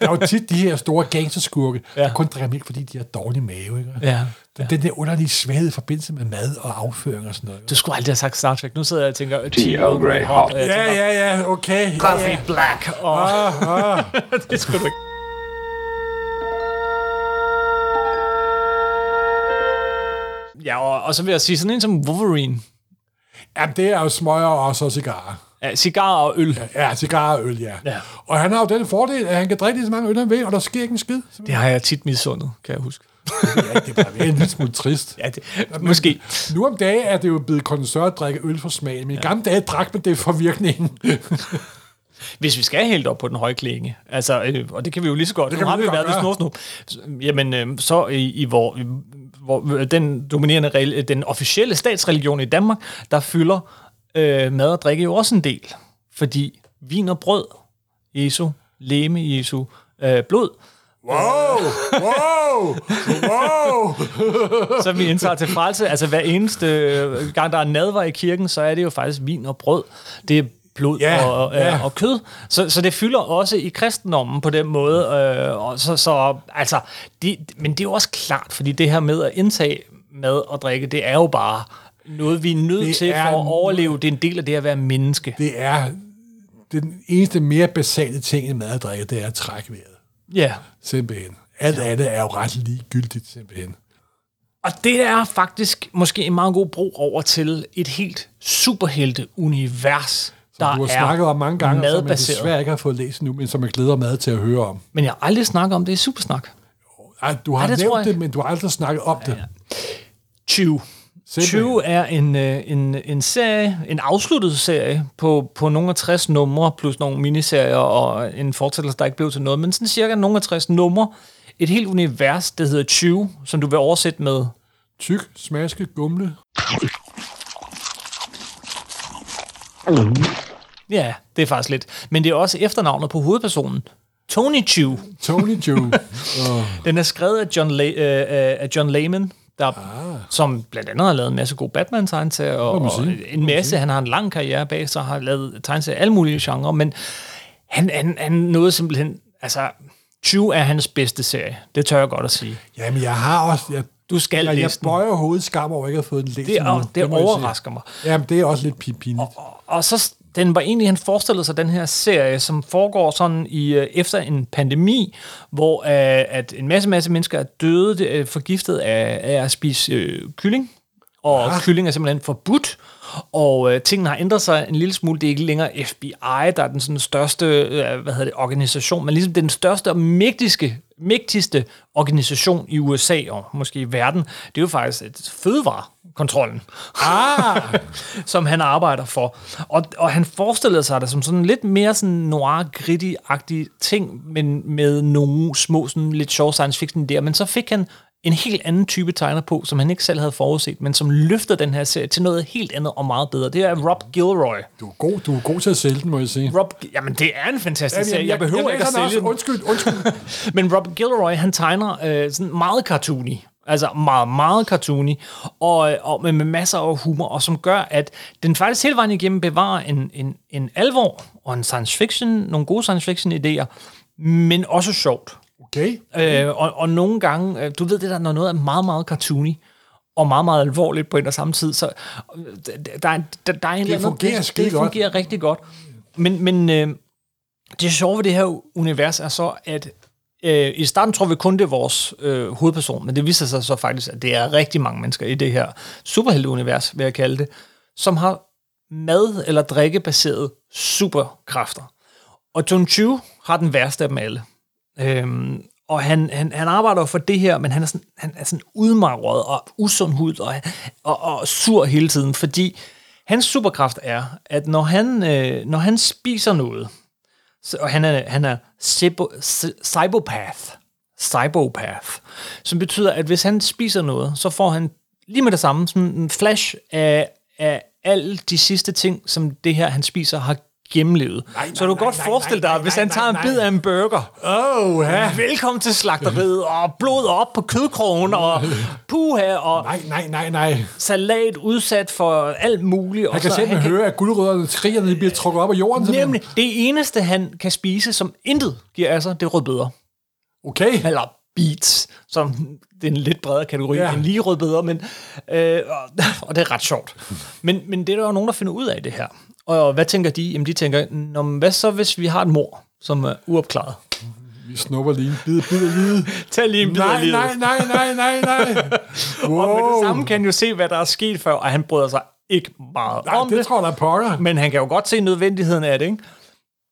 B: Der er jo tit de her store gangsterskurke, ja.
A: Ja.
B: der kun drikker mælk, fordi de har dårlig mave, ikke?
A: Ja,
B: Den, den der underlige svaghed i forbindelse med mad og afføring og sådan noget.
A: Du skulle aldrig have sagt Star Trek. Nu sidder jeg og tænker... øh,
E: Earl Grey hot.
A: Ja,
B: Ja, ja, ja, okay. Ja, ja.
A: Coffee Black. Og...
B: Ah, ah.
A: det skulle du ikke. Ja, og, og så vil jeg sige sådan en som Wolverine.
B: Jamen, det er jo smøger og så cigarer.
A: Ja, cigar og øl. Ja.
B: Ja, cigarer og øl, ja.
A: Ja.
B: Og han har jo den fordel, at han kan drikke lige så mange øl, han vil, og der sker ikke en skid.
A: Det har jeg tit misundet, kan jeg huske.
B: Ja, det er bare en lille smule trist.
A: Ja, det, måske.
B: Nu om dagen er det jo blevet kondensør at drikke øl for smagen, men i gamle dage drak man det for virkningen.
A: Hvis vi skal helt op på den høje klinge, altså, øh, og det kan vi jo lige så godt, det
B: Det kan
A: nu har
B: vi
A: vi
B: lige
A: været
B: godt
A: lidt snor nu, jamen øh, så i, i hvor, i hvor øh, den dominerende, rel- øh, den officielle statsreligion i Danmark, der fylder øh, mad og drikke jo også en del, fordi vin og brød, Jesu, leme Jesu, øh, blod,
B: Wow! Wow! Wow!
A: som vi indtager til frelse. Altså hver eneste øh, gang, der er nadver i kirken, så er det jo faktisk vin og brød. Det er blod
B: Ja,
A: yeah, og, øh,
B: ja.
A: og kød. Så, så det fylder også i kristendommen på den måde. Øh, og så, så, altså, det, men det er jo også klart, fordi det her med at indtage mad og drikke, det er jo bare noget, vi er nødt
B: Det
A: til for
B: er-
A: at overleve. Det er en del af det at være menneske.
B: Det er det er den eneste mere basale ting end mad og drikke, det er at trække vejret.
A: Ja.
B: Simpelthen. Alt andet er jo ret ligegyldigt, simpelthen.
A: Og det er faktisk måske en meget god bro over til et helt superhelte-univers,
B: Som
A: der
B: du har
A: er
B: snakket om mange gange, og som jeg
A: madbaseret.
B: desværre ikke har fået læst nu, men som jeg glæder mig til at høre om.
A: Men jeg har aldrig snakket om det i Supersnak.
B: Ej, du har
A: Ej,
B: Ej,
A: det tror
B: nævnt
A: jeg
B: det,
A: ikke.
B: men du har aldrig snakket om det. Ja, ja.
A: 20. 20 er en, øh, en, en serie, en afsluttet serie på, på nogle af 60 numre, plus nogle miniserier og en fortsættelse, der ikke blev til noget, men sådan cirka nogle af 60 numre. Et helt univers, det hedder 20, som du vil oversætte med.
B: Tyk, smaske, gumle.
A: Ja, det er faktisk lidt. Men det er også efternavnet på hovedpersonen. Tony 20.
B: Tony Joe.
A: Den er skrevet af John, La- øh, øh, af John Layman, der, ah. som blandt andet har lavet en masse gode Batman-tegneserier, og,
B: man
A: og
B: sige.
A: en masse, han har en lang karriere bag sig, har lavet tegneserier af alle mulige genrer, men han, han, han nåede simpelthen, altså, 20 er hans bedste serie, det tør jeg godt at sige.
B: Jamen, jeg har også... Jeg,
A: Du skal
B: jeg, jeg
A: læse den.
B: bøjer hovedet skam over ikke at have fået den læst
A: Det,
B: endnu.
A: er, det
B: må jeg sige.
A: overrasker mig.
B: Jamen, det er også lidt pin- pinligt.
A: og så s- den var egentlig, han forestillede sig den her serie, som foregår sådan i øh, efter en pandemi, hvor øh, at en masse, masse mennesker er døde, det, øh, forgiftet af, af at spise øh, kylling. Og ja. kylling er simpelthen forbudt, og øh, tingene har ændret sig en lille smule. Det er ikke længere FBI, der er den sådan største øh, hvad hedder det, organisation, men ligesom den største og mægtigske, mægtigste organisation i USA og måske i verden. Det er jo faktisk et fødevarekontrollen. Ah! som han arbejder for. Og, og han forestillede sig det som sådan lidt mere sådan noir gritty agtig ting, men med nogle små sådan lidt sjove science fiction der. Men så fik han en helt anden type tegner på, som han ikke selv havde forudset, men som løfter den her serie til noget helt andet og meget bedre. Det er Rob Gilroy.
B: Du er, god, du er god til at sælge den, må jeg sige.
A: Rob, jamen det er en fantastisk
B: Jamen,
A: serie. Jeg, behøver ikke
B: læser
A: at
B: den
A: sælge
B: også.
A: den.
B: Undskyld, undskyld.
A: Men Rob Gilroy, han tegner øh, sådan meget cartoony. Altså meget, meget cartoony, og, øh, og med, med masser af humor, og som gør, at den faktisk hele vejen igennem bevarer en, en, en alvor og en science fiction, nogle gode science fiction-idéer, men også sjovt.
B: Okay.
A: Øh,
B: Mm.
A: og, og nogle gange, øh, du ved det der, når noget er meget, meget cartoony, og meget, meget alvorligt på en og samme tid, så øh, der, der, er en- der, der er en eller anden-
B: fungerer
A: det,
B: skide
A: det
B: godt.
A: fungerer rigtig godt. Men, men øh, det sjove ved det her univers er så, at øh, i starten tror vi kun, det er vores øh, hovedperson, men det viser sig så faktisk, at det er rigtig mange mennesker i det her superhelteunivers, vil jeg kalde det, som har mad- eller drikkebaseret superkræfter. Og John Chu har den værste af dem alle. Øhm, og han, han, han arbejder jo for det her, men han er sådan, han er sådan udmarret og usund hud og, og, og sur hele tiden, fordi hans superkraft er, at når han, øh, når han spiser noget, så, og han er, han er cybo, cy- cybopath, cybopath, som betyder, at hvis han spiser noget, så får han lige med det samme sådan en flash af, af alle de sidste ting, som det her, han spiser, har gennemlevet. Nej, nej, så du kan godt forestille dig, hvis han tager en bid af en burger,
B: Oh, ja.
A: Velkommen til slagteriet, og blod op på kødkrogen, og puha, og
B: Nej, nej, nej, nej.
A: salat udsat for alt muligt. og
B: Jeg kan
A: så-
B: simpelthen høre, at guldrødderne skrigerne bliver trukket op af jorden. simpelthen.
A: Nemlig, det eneste, han kan spise, som intet giver af sig, det er rødbeder.
B: Okay.
A: Eller beats, som det er en lidt bredere kategori
B: Ja.
A: ja. end lige rødbeder, men, øh, og, og det er ret sjovt. Men, men det er der jo nogen, der finder ud af det her. Og hvad tænker de? Jamen, de tænker, "Nå, men hvad så, hvis vi har et mor, som er uopklaret?
B: Vi snupper lige en bid, bid af livet.
A: Tag lige en bid af
B: Nej,
A: livet.
B: nej, nej, nej, nej, nej.
A: Og med det samme
B: Wow.
A: kan han jo se, hvad der er sket før, og han bryder sig ikke meget
B: Nej,
A: om det.
B: det tror jeg, der er pokker.
A: Men han kan jo godt se nødvendigheden af det, ikke?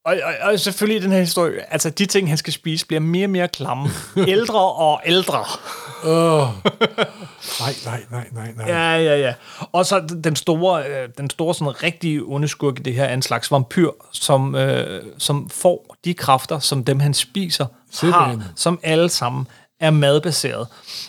A: Og, og, og selvfølgelig i den her historie, altså de ting, han skal spise, bliver mere og mere klamme. ældre og ældre.
B: Nej, nej, nej, nej, nej.
A: Ja, ja, ja. Og så den store, øh, den store sådan rigtige onde skurk i det her er en slags vampyr, som, øh, som får de kræfter, som dem han spiser
B: Simpelthen.
A: har, som alle sammen er madbaseret.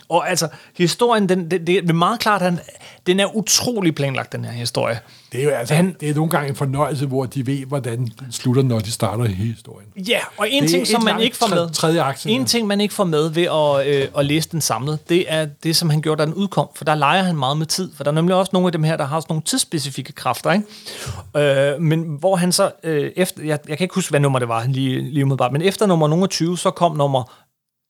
A: Og altså, historien, den, det, det er meget klart, at han, den er utrolig planlagt, den her historie.
B: Det er jo altså,
A: Han-
B: han, det er nogle gange en fornøjelse, hvor de ved, hvordan den slutter, når de starter i historien.
A: Ja, og en
B: Det er
A: ting,
B: et
A: som man
B: langt
A: ikke får
B: træ-
A: med,
B: tredje aktie,
A: en
B: ja.
A: ting, man ikke får med ved at, øh, at læse den samlet, det er det, som han gjorde, da den udkom, for der leger han meget med tid, for der er nemlig også nogle af dem her, der har sådan nogle tidsspecifikke kræfter, ikke? Øh, men hvor han så, øh, efter, jeg, jeg kan ikke huske, hvad nummer det var lige, lige umiddelbart, men efter nummer nogen 20, så kom nummer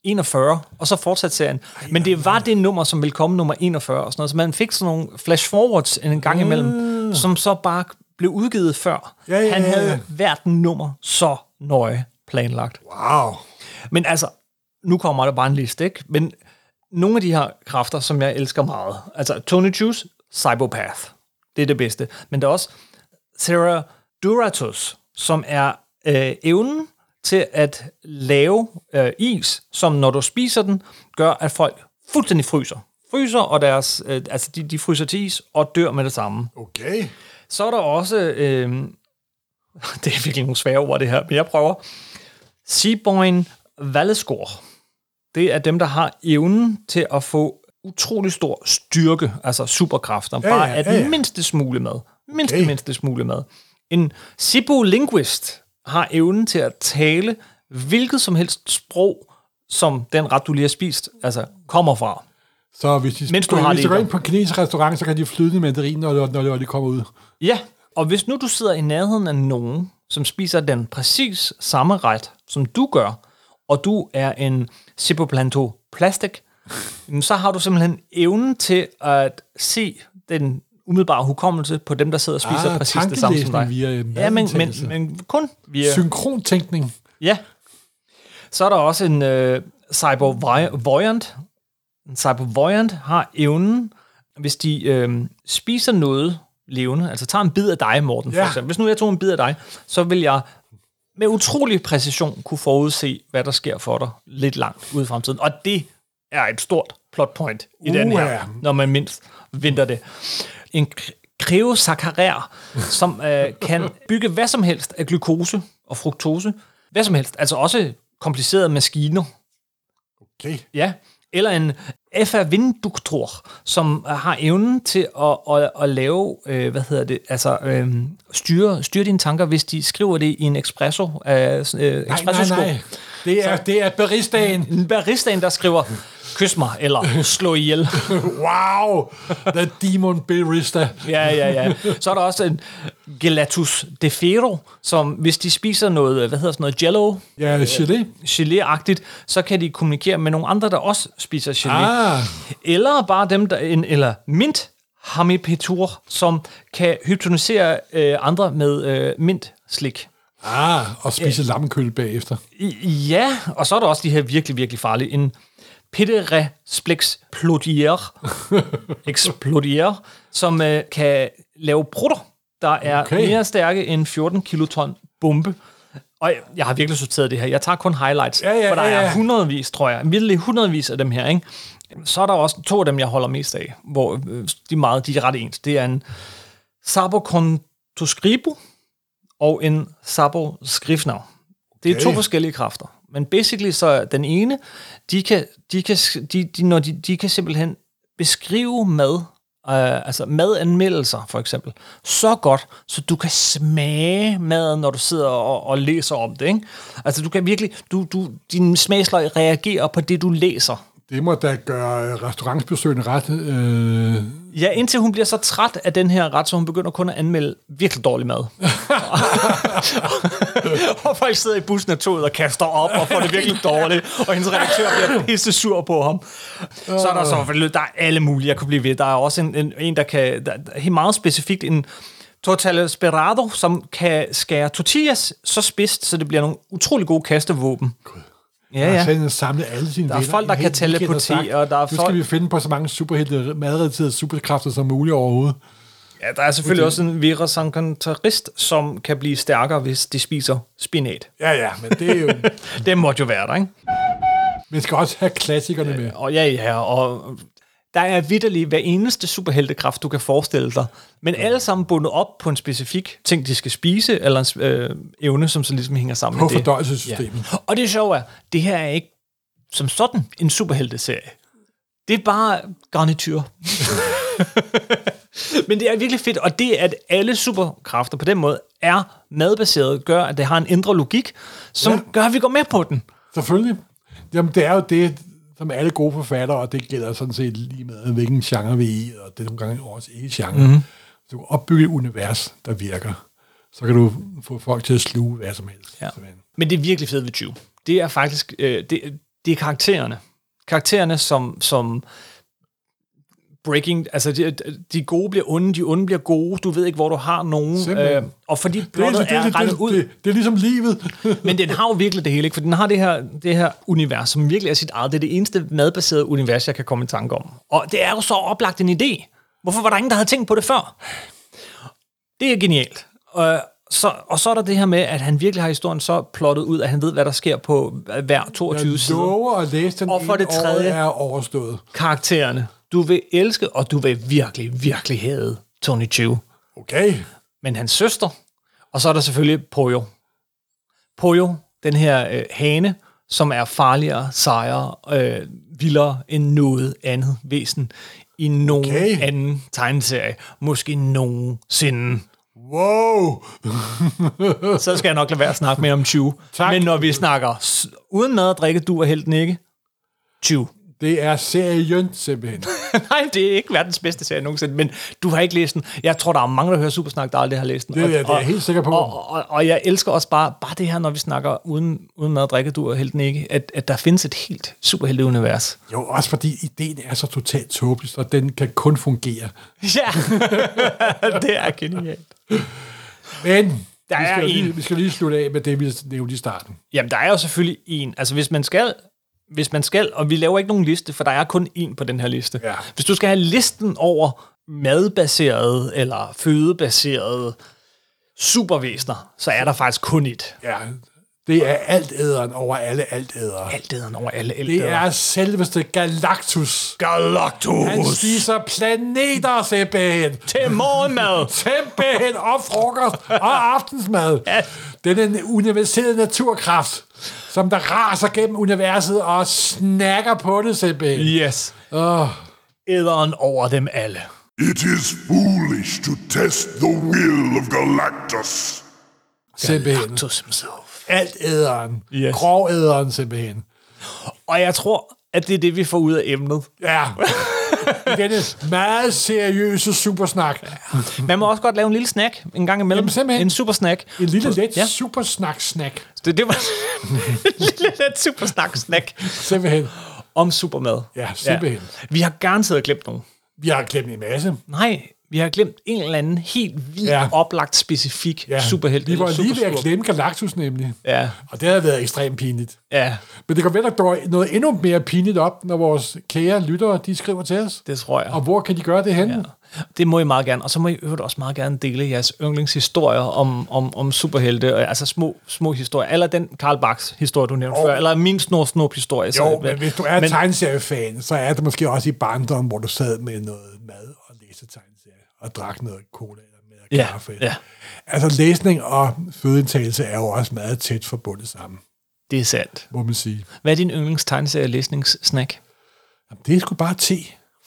A: 41, og så fortsatte serien. Men det var det nummer, som ville komme nummer 41 og sådan noget, så man fik sådan nogle flash-forwards en gang imellem, som så bare blev udgivet før.
B: Mm. Ja, ja,
A: han
B: ja,
A: havde
B: ja.
A: hvert nummer så nøje planlagt.
B: Wow.
A: Men altså, nu kommer der bare en liste, ikke? Men nogle af de her kræfter, som jeg elsker meget. Altså, Tony Chus, Cybopath. Det er det bedste. Men der er også Sarah Duratus, som er øh, evnen til at lave øh, is, som når du spiser den, gør, at folk fuldstændig fryser. Fryser, og deres, øh, altså de, de fryser til is og dør med det samme.
B: Okay.
A: Så er der også, øh, det er virkelig nogle svære ord det her, men jeg prøver. Seaboyne Valleskor. Det er dem, der har evnen til at få utrolig stor styrke, altså superkræfter,
B: Ja,
A: bare
B: ja,
A: af
B: ja,
A: den
B: ja.
A: mindste smule med. Mindste,
B: Okay.
A: mindste smule med. En sibolinguist har evnen til at tale hvilket som helst sprog, som den ret, du lige har spist, altså kommer fra.
B: Så hvis de,
A: Mens du har
B: hvis de
A: det i
B: går
A: dig.
B: ind på en kinesisk restaurant, så kan de flyde mandarin, når, når, når de kommer ud.
A: Ja, og hvis nu du sidder i nærheden af nogen, som spiser den præcis samme ret, som du gør, og du er en cipoplanto plastik, jamen, så har du simpelthen evnen til at se den umiddelbare hukommelse på dem, der sidder og spiser
B: Ah,
A: ah, præcis det samme som dig.
B: tankelæsning via
A: ja, men, men,
B: madindtagelse.
A: men kun via...
B: Yeah. Synkrontænkning.
A: Ja. Så er der også en øh, cybervoyant. En cybervoyant har evnen, hvis de øh, spiser noget levende, altså tager en bid af dig, Morten, ja.
B: Ja.
A: for eksempel. Hvis nu jeg tog en bid af dig, så vil jeg med utrolig præcision kunne forudse, hvad der sker for dig lidt langt ude i fremtiden. Og det er et stort plot point i den her,
B: Uha.
A: når man mindst venter det. En kr- kreosakkarær, som øh, kan bygge hvad som helst af glukose og fruktose. Hvad som helst. Altså også komplicerede maskiner.
B: Okay.
A: Ja. Eller en effervinduktor, som øh, har evnen til at, at, at lave, øh, hvad hedder det, altså øh, styre, styre dine tanker, hvis de skriver det i en espresso. Øh, øh,
B: Nej, nej,
A: espresso
B: nej. Det er, det er baristaen.
A: En baristaen, der skriver, kys mig, eller slå ihjel.
B: Wow! The demon barista.
A: Ja, ja, ja. Så er der også en gelatus de fero, som hvis de spiser noget, hvad hedder sådan noget, jello,
B: Ja, gelé.
A: gelé-agtigt, så kan de kommunikere med nogle andre, der også spiser gelé.
B: Ah,
A: Eller bare dem, der, en- eller mint hamipetur, som kan hypnotisere øh, andre med øh, mint-slik.
B: ah, og spise lammekøl bagefter.
A: I- Ja, og så er der også de her virkelig, virkelig farlige. En Pittere Splex Plodier, Explodier, som øh, kan lave brutter, der er okay.
B: Okay.
A: mere stærke end 14 kiloton bombe. Og jeg, jeg har virkelig sorteret det her. Jeg tager kun highlights,
B: Ja, ja,
A: for der
B: ja,
A: er
B: ja.
A: hundredvis, tror jeg. Virkelig hundredvis af dem her, ikke? Så er der også to af dem, jeg holder mest af, hvor øh, de, er meget, de er ret ens. Det er en Sabo Contoscribo og en Sabo Skrifner. Det er to
B: Okay.
A: forskellige kræfter. Men basically så er den ene, de kan, de kan, de, de, når de, de kan simpelthen beskrive mad, øh, altså madanmeldelser for eksempel, så godt, så du kan smage maden, når du sidder og, og læser om det. Ikke? Altså du kan virkelig, du, du, din smagsløg reagerer på det, du læser.
B: Det må da gøre øh, restaurantsbesøgende ret... Øh,
A: Ja, indtil hun bliver så træt af den her ret, så hun begynder kun at anmelde virkelig dårlig mad. og folk sidder i bussen og toget og kaster op og får det virkelig dårligt, og hendes redaktør bliver pisse sur på ham. Så er der så forløb, der er alle mulige, jeg kunne blive ved. Der er også en, en, en der kan, der, der, helt meget specifikt, en Total Sperado, som kan skære tortillas så spidst, så det bliver nogle utrolig gode kastevåben. Ja,
B: ja.
A: ja.
B: Sådan, samle alle sine
A: Der er folk, der kan teleportere, og der er
B: folk... Nu
A: folk-
B: skal vi finde på så mange superhelte madrelaterede superkræfter som muligt overhovedet.
A: Ja, der er selvfølgelig også en virasankantarist, som kan blive stærkere, hvis de spiser spinat.
B: Ja, ja, men det er jo...
A: Det måtte jo være der, ikke?
B: Man skal også have klassikerne med.
A: Og ja, ja, og der er vidderlig hver eneste superheltekraft, du kan forestille dig. Men alle sammen bundet op på en specifik ting, de skal spise, eller en s- øh, evne, som så ligesom hænger sammen
B: På
A: med det.
B: fordøjelsessystemet.
A: Og det sjove er, det her er ikke som sådan en superhelteserie. Det er bare garnityr. Men det er virkelig fedt, og det, at alle superkræfter på den måde er madbaseret, gør, at det har en indre logik, som ja. gør, at vi går med på den.
B: Selvfølgelig. Jamen, det er jo det, som alle gode forfattere, og det gælder sådan set lige med, hvilken genre vi er i, og det er nogle gange også ikke genre.
A: Mhm.
B: Mm-hmm. Du kan opbygge et univers, der virker. Så kan du få folk til at sluge hvad som helst.
A: Ja.
B: simpelthen.
A: Men det er virkelig fedt ved 20. Det er faktisk, øh, det, det er karaktererne. Karaktererne, som, som breaking, altså de, de gode bliver onde, de onde bliver gode, du ved ikke, hvor du har nogen. Øh,
B: Simpelthen.
A: og fordi
B: Det, er, altså-
A: plottet
B: det,
A: er,
B: det,
A: regnet
B: det,
A: ud.
B: det, det, det er ligesom livet.
A: Men den har jo virkelig det hele, ikke? for den har det her, det her univers, som virkelig er sit eget. Det er det eneste madbaserede univers, jeg kan komme i tanke om. Og det er jo så oplagt en idé. Hvorfor var der ingen, der havde tænkt på det før? Det er genialt. Og så, og så er der det her med, at han virkelig har historien så plottet ud, at han ved, hvad der sker på hver 22
B: Jeg
A: sider.
B: lover at læse den,
A: Og for det
B: inden året
A: tredje-
B: er overstået.
A: Karaktererne. Du vil elske, og du vil virkelig, virkelig hade Tony Chew.
B: Okay.
A: men hans søster. Og så er der selvfølgelig Poyo. Poyo, den her øh, hane, som er farligere, sejere, øh, vildere end noget andet væsen i nogen okay.
B: Okay.
A: anden tegneserie. Måske nogensinde.
B: Wow.
A: Så skal jeg nok lade være at snakke mere om 20.
B: Tak.
A: Men når vi snakker s- uden mad og drikke, du er helten ikke. 20.
B: Det er serien, simpelthen.
A: Nej, det er ikke verdens bedste serie nogensinde, men du har ikke læst den. Jeg tror, der er mange, der hører Supersnak, der aldrig har læst den.
B: Det er- det er jeg helt sikker på.
A: Og, og, og jeg elsker også bare, bare det her, når vi snakker uden, uden mad og drikke, du og helten ikke, at, at der findes et helt superhelteunivers.
B: Jo, også fordi ideen er så totalt tåbelig, så den kan kun fungere.
A: Ja, det er genialt.
B: Men
A: Der
B: vi,
A: er
B: skal jo lige,
A: en.
B: vi skal lige slutte af med det, vi nævnte i starten.
A: Jamen, der er jo selvfølgelig en. Altså, hvis man skal, hvis man skal, og vi laver ikke nogen liste, for der er kun en på den her liste.
B: Ja.
A: Hvis du skal have listen over madbaserede eller fødebaserede supervæsener, så er der faktisk kun et.
B: Ja, det er alt æderen over alle alt ædere.
A: altæderen over alle
B: Det
A: ældre.
B: er selveste Galactus. Han
A: Galactus
B: spiser planeter, simpelthen.
A: til morgenmad.
B: Simpelthen og frokost og aftensmad.
A: Ja.
B: Den er en universel naturkraft, som der raser gennem universet og snakker på det simpelthen.
A: Yes. Æderen over dem alle.
E: It is foolish to test the will of Galactus.
B: simpelthen.
A: Galactus himself.
B: Alt æderen.
A: Yes.
B: Grovæderen simpelthen.
A: Og jeg tror, at det er det, vi får ud af emnet.
B: Ja. I denne meget seriøse supersnak.
A: Man må også godt lave en lille snack en gang imellem.
B: Jamen, simpelthen.
A: En super snack.
B: En lille let
A: Ja.
B: ja. supersnak-snak.
A: Det, det var en lille let super snak snack
B: Simpelthen.
A: om supermad.
B: Ja, simpelthen.
A: Vi har garanteret glemt nogen.
B: Vi har glemt en masse.
A: Nej, vi har glemt en eller anden helt vildt ja.
B: Ja.
A: oplagt, specifik ja.
B: Ja.
A: superhelt.
B: Vi
A: eller
B: var lige ved at
A: superskurk.
B: glemme Galactus nemlig.
A: Ja,
B: Og det har været ekstremt pinligt.
A: ja,
B: Men det kan være, at der går noget endnu mere pinligt op, når vores kære lyttere, de skriver til os.
A: det tror jeg.
B: Og hvor kan de gøre det henne? Ja.
A: Det må I meget gerne, og så må I i øvrigt også meget gerne dele jeres yndlingshistorier om, om, om superhelte, og altså små, små historier, eller den Karl Bachs historie, du nævnte før, eller min snor snop historie.
B: Jo, men hvis du er
A: men-
B: men... tegneseriefan, så er det måske også i barndommen, hvor du sad med noget mad og læste tegneserier, og drak noget cola eller mere
A: Ja,
B: kaffe.
A: ja.
B: Altså læsning og fødeindtagelse er jo også meget tæt forbundet sammen,
A: Det er sandt.
B: må man sige.
A: Hvad er din yndlingstegneserie læsningssnack?
B: Jamen, det er sgu bare te,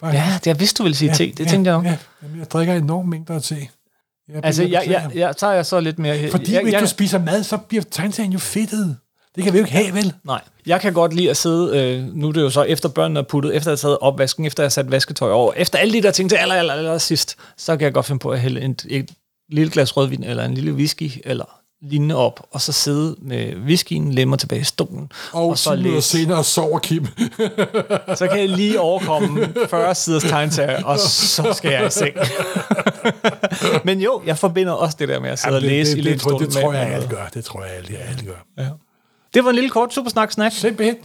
B: faktisk.
A: Ja, det jeg vidste, du ville sige ja, te. Det tænkte jeg om.
B: Ja. Jamen, jeg drikker enormt mængder af te. Jeg
A: Altså,
B: bliver
A: jeg,
B: nødt til
A: jeg,
B: at-
A: jeg, tager jeg så lidt mere...
B: Fordi
A: jeg,
B: hvis
A: jeg,
B: du spiser mad, så bliver tegneserien jo fedtet. Det kan vi jo ikke have, vel?
A: Nej. Jeg kan godt lide at sidde, øh, nu er det jo så efter børnene er puttet, efter jeg har taget opvasken, efter jeg har sat vasketøj over, efter alle de der ting til aller, aller, aller sidst, så kan jeg godt finde på at hælde en, et lille glas rødvin, eller en lille whisky, eller lignende op, og så sidde med whiskyen, lemmer tilbage i stolen,
B: Og, og
A: så
B: så lidt
A: læse.
B: senere sover Kim.
A: Så kan jeg lige overkomme 40 siders tegnsag, og så skal jeg i seng. Men jo, jeg forbinder også det der med at sidde og
B: det,
A: læse
B: det,
A: i
B: det,
A: lænestolen.
B: det, det tror
A: med-
B: jeg, alle gør. Det tror jeg, alle, alle gør.
A: Det var en lille kort supersnak-snak.
B: Simpelthen.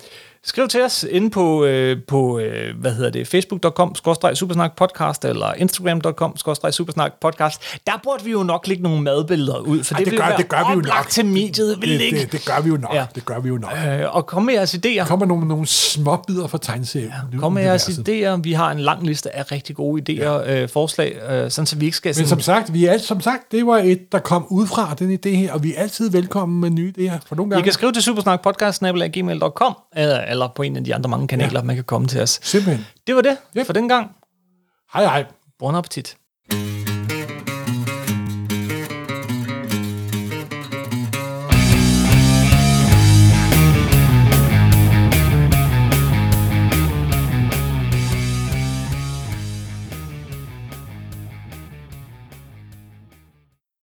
A: Skriv til os inde på, øh, på øh, hvad hedder det, facebook.com supersnak podcast eller instagram.com supersnak podcast. Der burde vi jo nok lægge nogle madbilleder ud, for
B: Ej, det,
A: ville
B: gør,
A: være
B: det gør vi jo
A: oplagt
B: nok.
A: til mediet, vil
B: det,
A: det, ikke?
B: det, det, gør vi jo nok.
A: Ja.
B: Ja. Det gør vi jo nok. Der
A: Øh, og kom med jeres idéer. Kom,
B: kommer nogle, nogle småbidder fra tegneserien. Ja,
A: kom med jeres idéer. Vi har en lang liste af rigtig gode idéer og øh, forslag, øh, sådan så vi ikke skal...
B: Men
A: Sådan,
B: som sagt, vi er, som sagt, det var et, der kom ud fra den idé her, og vi er altid velkommen med nye idéer. For nogle
A: I
B: gange,
A: kan skrive til supersnakpodcast.gmail.com eller, eller på en af de andre mange kanaler, ja. man kan komme til os.
B: simpelthen,
A: Det var det
B: Yep.
A: for den gang.
B: hej hej.
A: Bon appetit.